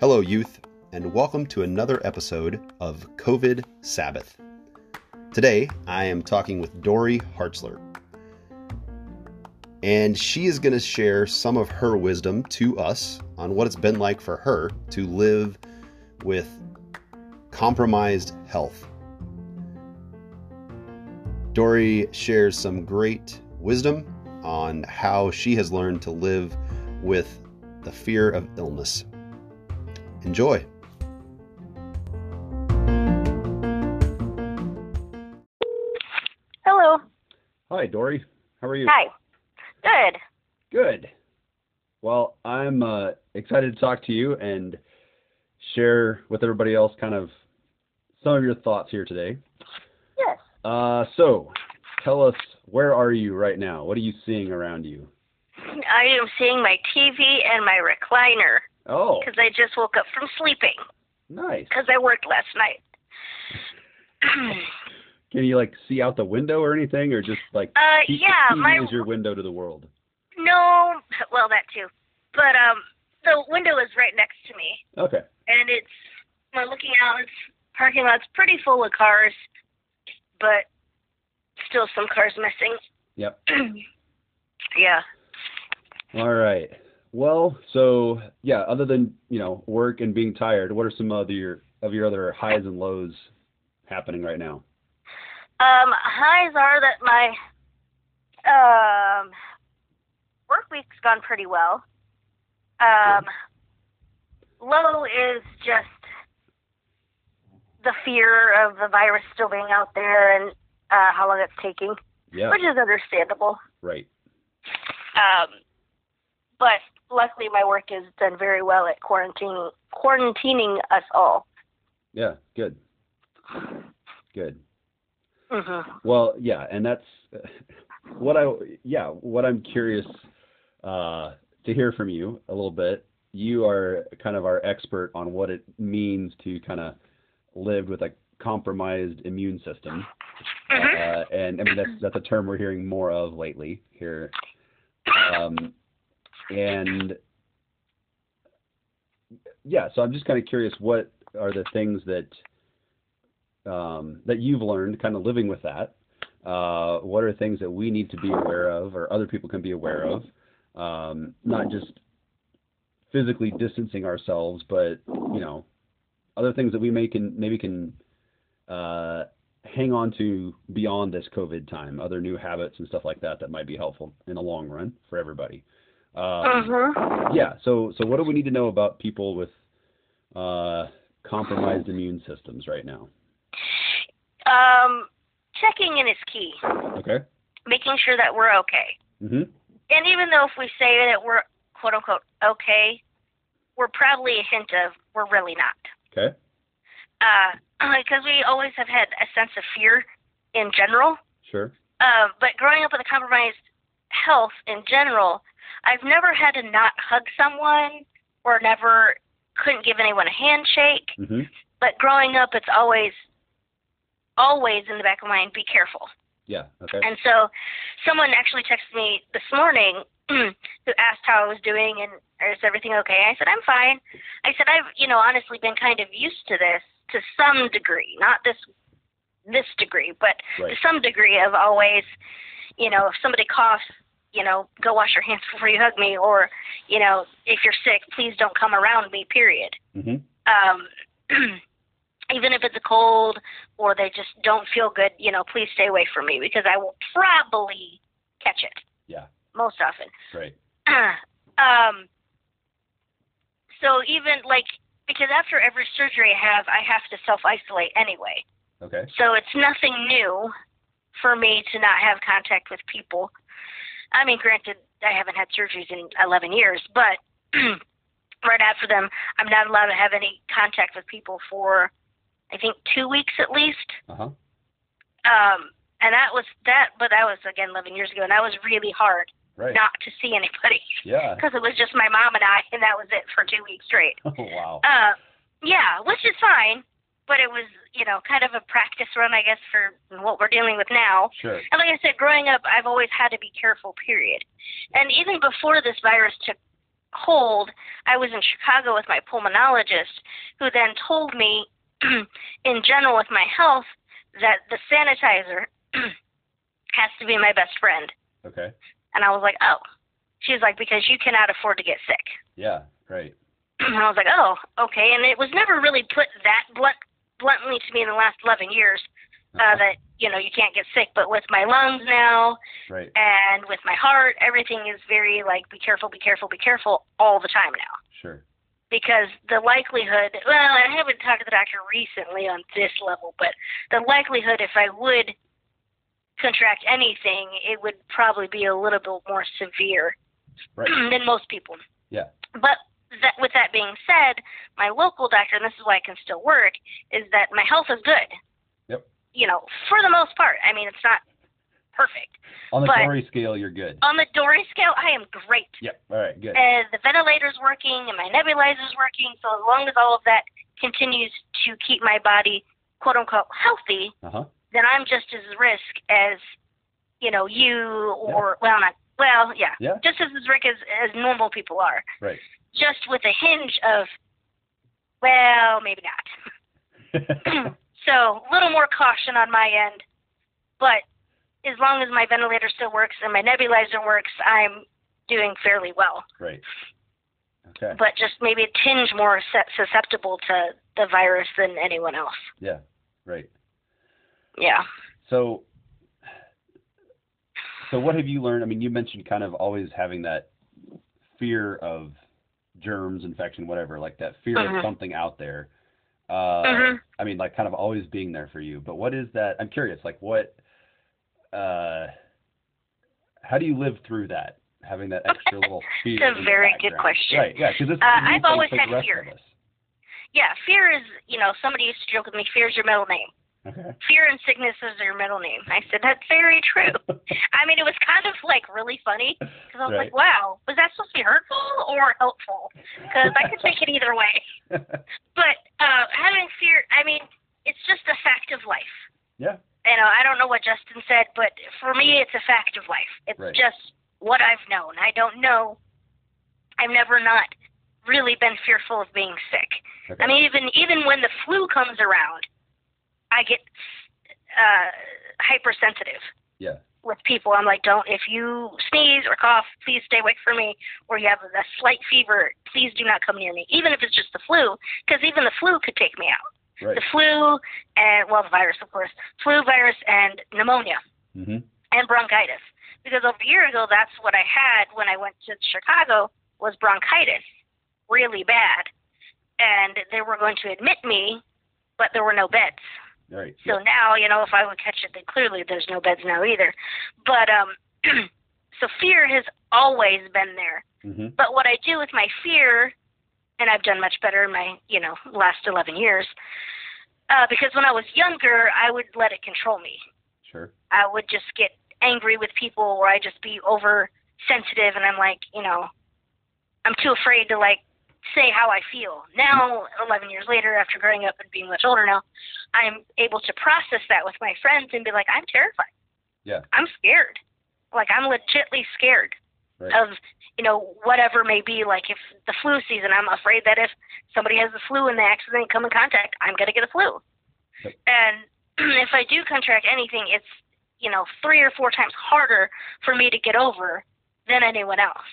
Hello, youth, and welcome to another episode of COVID Sabbath. Today, I am talking with Dory Hartzler, and she is going to share some of her wisdom to us on what it's been like for her to live with compromised health. Dory shares some great wisdom on how she has learned to live with the fear of illness. Enjoy. Hello. Hi, Dory. How are you? Hi. Good. Good. Well, I'm uh, excited to talk to you and share with everybody else kind of some of your thoughts here today. Yes. Uh, so, tell us where are you right now? What are you seeing around you? I am seeing my TV and my recliner Oh, because I just woke up from sleeping nice. because I worked last night. Can you like see out the window or anything, or just like uh, keep yeah, the TV my is your window to the world? no, well that too, but um, the window is right next to me, Okay. and it's I'm looking out. It's parking lot's pretty full of cars, but still some cars missing. Yep. yeah. All right. Well, so yeah, other than you know work and being tired, what are some other your, of your other highs and lows happening right now? Um, highs are that my um, work week's gone pretty well. Um, low is just the fear of the virus still being out there and uh, how long it's taking, Yeah. which is understandable. Right. Um, but luckily, my work has done very well at quarantining quarantining us all. Yeah. Good. Good. Mm-hmm. Well, yeah, and that's what I yeah, what I'm curious uh to hear from you a little bit. You are kind of our expert on what it means to kind of live with a compromised immune system. Mm-hmm. Uh, and I mean that's that's a term we're hearing more of lately here. Um, and yeah, so I'm just kind of curious, what are the things that um, that you've learned, kind of living with that? Uh, what are things that we need to be aware of, or other people can be aware of? Um, not just physically distancing ourselves, but you know, other things that we may can maybe can uh, hang on to beyond this COVID time, other new habits and stuff like that that might be helpful in the long run for everybody. Um, Mm-hmm. yeah. So so what do we need to know about people with uh, compromised immune systems right now? Um, checking in is key. Okay. making sure that we're okay. hmm And even though if we say that we're quote unquote okay, we're probably a hint of we're really not. Okay. Uh, because we always have had a sense of fear in general. Sure. Um, but growing up with a compromised health in general, I've never had to not hug someone or never couldn't give anyone a handshake. hmm But growing up, it's always, always in the back of my mind be careful. Yeah. Okay. And so someone actually texted me this morning who asked how I was doing and is everything okay? I said, I'm fine. I said, I've, you know, honestly been kind of used to this to some degree, not this this degree, but to Right. some degree of always, you know, if somebody coughs, you know, go wash your hands before you hug me or, you know, if you're sick, please don't come around me, period hmm um, even if it's a cold or they just don't feel good, you know, please stay away from me because I will probably catch it Yeah. most often. Right. um, so even like because after every surgery I have, I have to self isolate anyway. Okay. So it's nothing new for me to not have contact with people. I mean, granted, I haven't had surgeries in 11 years, but right after them, I'm not allowed to have any contact with people for, I think, two weeks at least. Uh huh. Um, and that was that, but that was again 11 years ago, and that was really hard Right. not to see anybody Yeah. because it was just my mom and I, and that was it for two weeks straight. Oh wow. Uh, yeah, which is fine, but it was you know, kind of a practice run, I guess, for what we're dealing with now. Sure. And like I said, growing up, I've always had to be careful, period. And even before this virus took hold, I was in Chicago with my pulmonologist, who then told me, in general, with my health, that the sanitizer has to be my best friend. Okay. And I was like, oh. She's like, because you cannot afford to get sick. Yeah. Right. and I was like, oh, okay. And it was never really put that blunt, bluntly to me in the last 11 years Uh-huh. uh, that, you know, you can't get sick. But with my lungs now Right. and with my heart, everything is very like, be careful, be careful, be careful all the time now. Sure. Because the likelihood, well, I haven't talked to the doctor recently on this level, but the likelihood if I would contract anything, it would probably be a little bit more severe Right. than most people. Yeah. But that, with that being said, my local doctor, and this is why I can still work, is that my health is good. Yep. You know, for the most part. I mean, it's not perfect. On the But- Oh. Dory scale, you're good. On the Dory scale, I am great. Yeah. All right. Good. And the ventilator's working, and my nebulizer's working. So as long as all of that continues to keep my body, quote unquote, healthy, Uh huh. then I'm just as risk as, you know, you or well, not well, yeah, Yeah. just as as risk as as normal people are. Right. just with a hinge of, well, maybe not. Uh-huh. so a little more caution on my end, but as long as my ventilator still works and my nebulizer works, I'm doing fairly well. right. Okay. But just maybe a tinge more sus- susceptible to the virus than anyone else. Yeah. Right. Yeah. So, so what have you learned? I mean, you mentioned kind of always having that fear of germs, infection, whatever, like that fear Mhm. of something out there. Uh, Mhm. I mean, like kind of always being there for you. But what is that? I'm curious. Like, what? Uh, how do you live through that? Having that extra little fear. It's a in the very good background. question. Right. Yeah. Because it's Uh, a new I've thing always for the had rest fear. of us. Yeah. Fear is, you know, somebody used to joke with me, fear is your middle name. Okay. Fear and sickness is your middle name. I said, that's very true. I mean, it was kind of like really funny because I was Right. like, wow, was that supposed to be hurtful or helpful? Because I could take it either way. But uh, having fear, I mean, it's just a fact of life. yeah. You know, I don't know what Justin said, but for me, it's a fact of life. It's Right. just what I've known. I don't know. I've never not really been fearful of being sick. Okay. I mean, even even when the flu comes around, I get uh, hypersensitive Yeah. with people. I'm like, don't, if you sneeze or cough, please stay away from me, or you have a slight fever, please do not come near me, even if it's just the flu, because even the flu could take me out. Right. The flu and, well, the virus, of course, flu virus and pneumonia Mm-hmm. and bronchitis. Because over a year ago, that's what I had when I went to Chicago was bronchitis, really bad. And they were going to admit me, but there were no beds. All right. So now, you know, if I would catch it, then clearly there's no beds now either. But um, so fear has always been there. hmm But what I do with my fear, and I've done much better in my, you know, last 11 years, uh, because when I was younger, I would let it control me. Sure. I would just get angry with people, or I'd just be oversensitive, and I'm like, you know, I'm too afraid to like say how I feel. Now, 11 years later, after growing up and being much older now, I'm able to process that with my friends and be like, I'm terrified. Yeah. I'm scared. Like I'm legitly scared Right. of you know whatever may be. Like if the flu season, I'm afraid that if somebody has the flu and they accidentally come in contact, I'm gonna get a flu. Yep. And if I do contract anything, it's you know three or four times harder for me to get over than anyone else.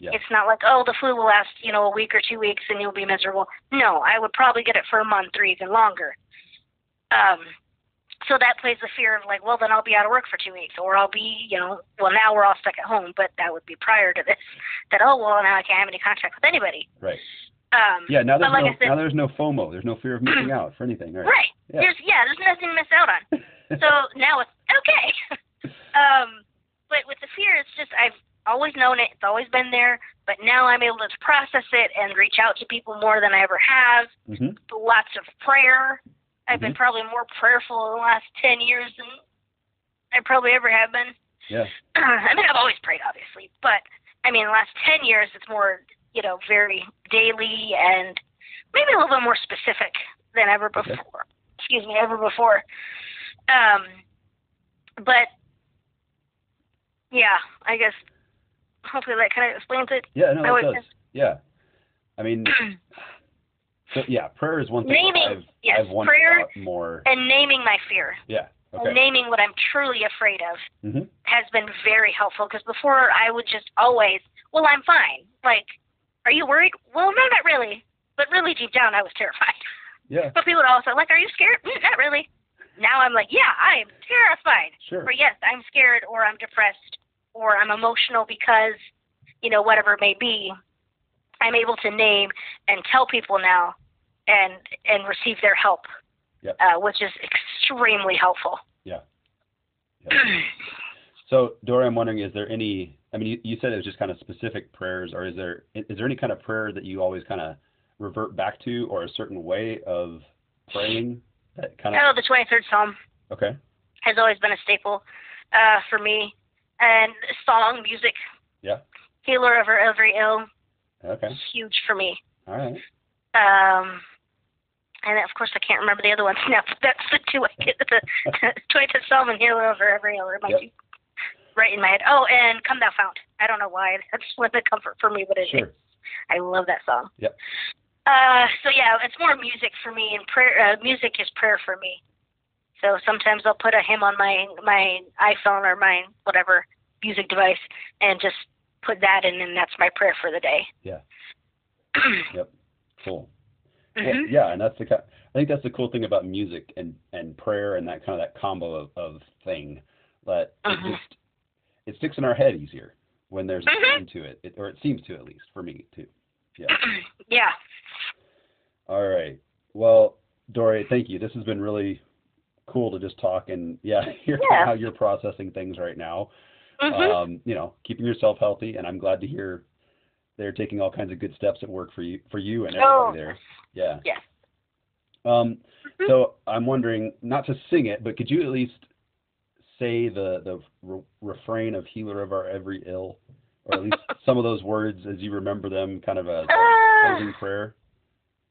Yeah. It's not like oh the flu will last you know a week or two weeks and you'll be miserable. No, I would probably get it for a month or even longer. Um, so that plays the fear of like, well, then I'll be out of work for two weeks, or I'll be, you know, well, now we're all stuck at home, but that would be prior to this. That oh, well, now I can't have any contact with anybody. Right. Um, Yeah. Now but there's like no I said, now there's no FOMO. There's no fear of missing out for anything. Right. right? Yeah. There's yeah, there's nothing to miss out on. So now it's okay. um, but with the fear, it's just I've always known it. It's always been there, but now I'm able to process it and reach out to people more than I ever have. hmm lots of prayer. I've been Mm-hmm. probably more prayerful in the last 10 years than I probably ever have been. Yeah. I mean, I've always prayed, obviously, but I mean, the last 10 years, it's more, you know, very daily and maybe a little bit more specific than ever Okay. before. excuse me, ever before. Um, but yeah, I guess hopefully that kind of explains it. Yeah, no, I that would does. Yeah. I mean, so yeah, prayer is one thing Naming, I've, yes, I've wanted prayer a lot more. and naming my fear, Yeah. and Okay. naming what I'm truly afraid of, hmm has been very helpful because before I would just always, well, I'm fine. Like, are you worried? Well, no, not really. But really deep down, I was terrified. Yeah. But people would also like, are you scared? Mm, not really. Now I'm like, yeah, I am terrified. Sure. Or yes, I'm scared, or I'm depressed, or I'm emotional because, you know, whatever it may be. I'm able to name and tell people now, and and receive their help, Yep. uh, which is extremely helpful. Yeah. So, Dory, I'm wondering, is there any? I mean, you, you said it was just kind of specific prayers, or is there is there any kind of prayer that you always kind of revert back to, or a certain way of praying that kind oh, of? the 23rd Psalm. Okay. has always been a staple uh, for me. And song, music, Yeah. healer of every ill, Okay. huge for me. All right. Um, and of course, I can't remember the other ones now. But that's the two I get. The Twenty Fifth Psalm and healer over every ill are my Yep. two right in my head. Oh, and come thou fount. I don't know why that's one of the comfort for me, but it, Sure. I love that song. Yep. Uh, so yeah, it's more music for me, and prayer. Uh, music is prayer for me. So sometimes I'll put a hymn on my my iPhone or my whatever music device, and just put that in, and that's my prayer for the day. Yeah. Mhm. Yep. Cool. Well, Mm-hmm. yeah, and that's the ki- I think that's the cool thing about music and and prayer and that kind of that combo of, of thing that Uh-huh. it just it sticks in our head easier when there's Mhm. a theme to it. it, or it seems to at least for me too. Yeah. yeah. All right. Well, Dory, thank you. This has been really cool to just talk and yeah, hear Yeah. how you're processing things right now. Mhm. Um, you know, keeping yourself healthy, and I'm glad to hear they're taking all kinds of good steps at work for you for you and Oh. everybody there. Yeah. Yes. Um, Mhm. so I'm wondering, not to sing it, but could you at least say the the re- refrain of "Healer of our every ill," or at least some of those words as you remember them, kind of a closing Ah, prayer?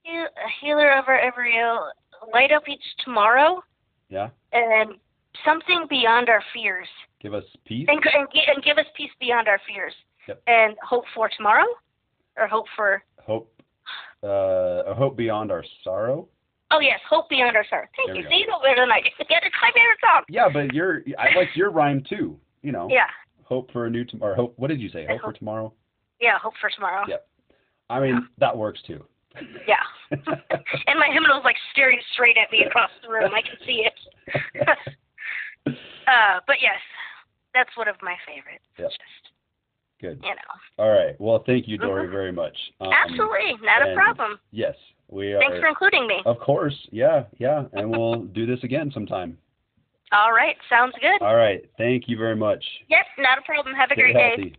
heal- a healer over every ill. Light up each tomorrow, Yeah. and something beyond our fears. Give us peace. and, and, gi- and give us peace beyond our fears Yep. and hope for tomorrow or hope for hope uh a hope beyond our sorrow oh yes hope beyond our sorrow thank There you we go. see you know better than i do yeah it's my favorite song yeah but your i like your rhyme too you know yeah hope for a new tomorrow hope what did you say I hope, for hope- tomorrow yeah hope for tomorrow Yeah. i mean that works too yeah and my hymnal's like staring straight at me across the room i can see it uh but yes that's one of my favorites Yep. just good you know all right well thank you dory Mhm. very much um, absolutely not a and uh, problem yes we are thanks for including me of course yeah yeah and we'll do this again sometime uh, all right sounds good all right thank you very much yep not a problem have a uh, Stay great day healthy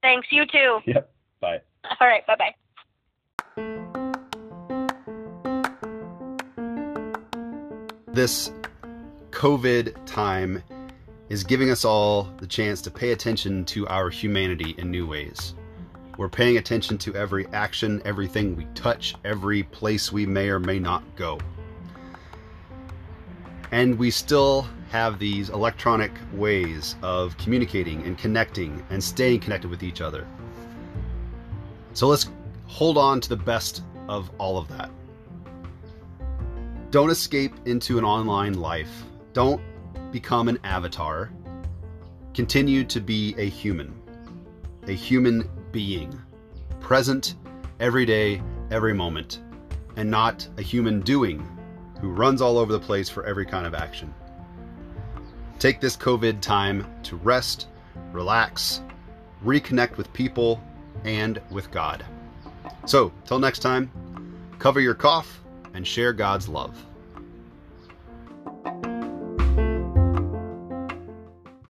thanks you too yep bye all right bye bye this COVID time is giving us all the chance to pay attention to our humanity in new ways. We're paying attention to every action, everything we touch, every place we may or may not go. And we still have these electronic ways of communicating and connecting and staying connected with each other. So let's hold on to the best of all of that don't escape into an online life. Don't become an avatar. Continue to be a human, a human being, present every day, every moment, and not a human doing who runs all over the place for every kind of action. Take this COVID time to rest, relax, reconnect with people, and with God. So, till next time, cover your cough and share God's love.